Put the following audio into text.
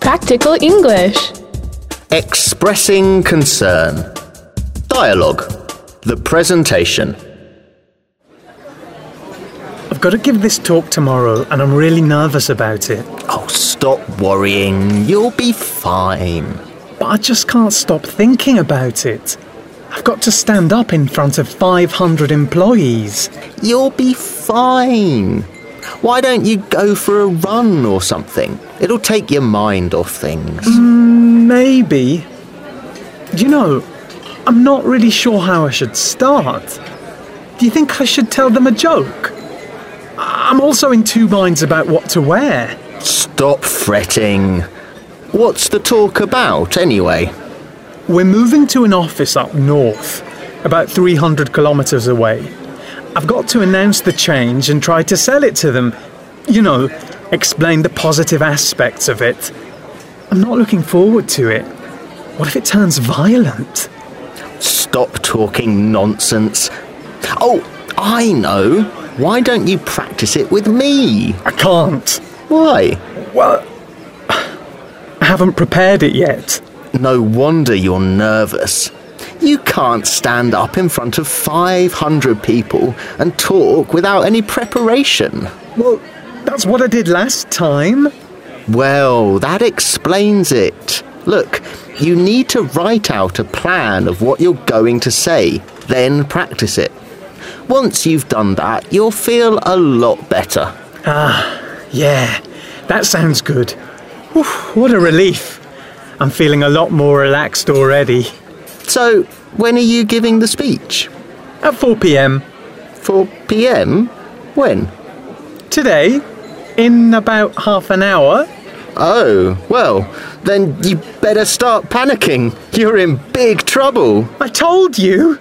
Practical English. Expressing concern. Dialogue. The presentation. I've got to give this talk tomorrow, and I'm really nervous about it. Oh, stop worrying. You'll be fine. But I just can't stop thinking about it. I've got to stand up in front of 500 employees. You'll be fine. Why don't you go for a run or something? It'll take your mind off things. Maybe. You know, I'm not really sure how I should start. Do you think I should tell them a joke? I'm also in two minds about what to wear. Stop fretting. What's the talk about, anyway? We're moving to an office up north, about 300 kilometres away. I've got to announce the change and try to sell it to them. You know, explain the positive aspects of it. I'm not looking forward to it. What if it turns violent? Stop talking nonsense. Oh, I know. Why don't you practice it with me? I can't. Why? Well, I haven't prepared it yet. No wonder you're nervous. You can't stand up in front of 500 people and talk without any preparation. Well, that's what I did last time. Well, that explains it. Look, you need to write out a plan of what you're going to say, then practice it. Once you've done that, you'll feel a lot better. Yeah, that sounds good. Oof, what a relief. I'm feeling a lot more relaxed already. So, when are you giving the speech? At 4 pm 4 pm? When? today, in about half an hour, Oh, well, then you better start panicking. You're in big trouble. I told you.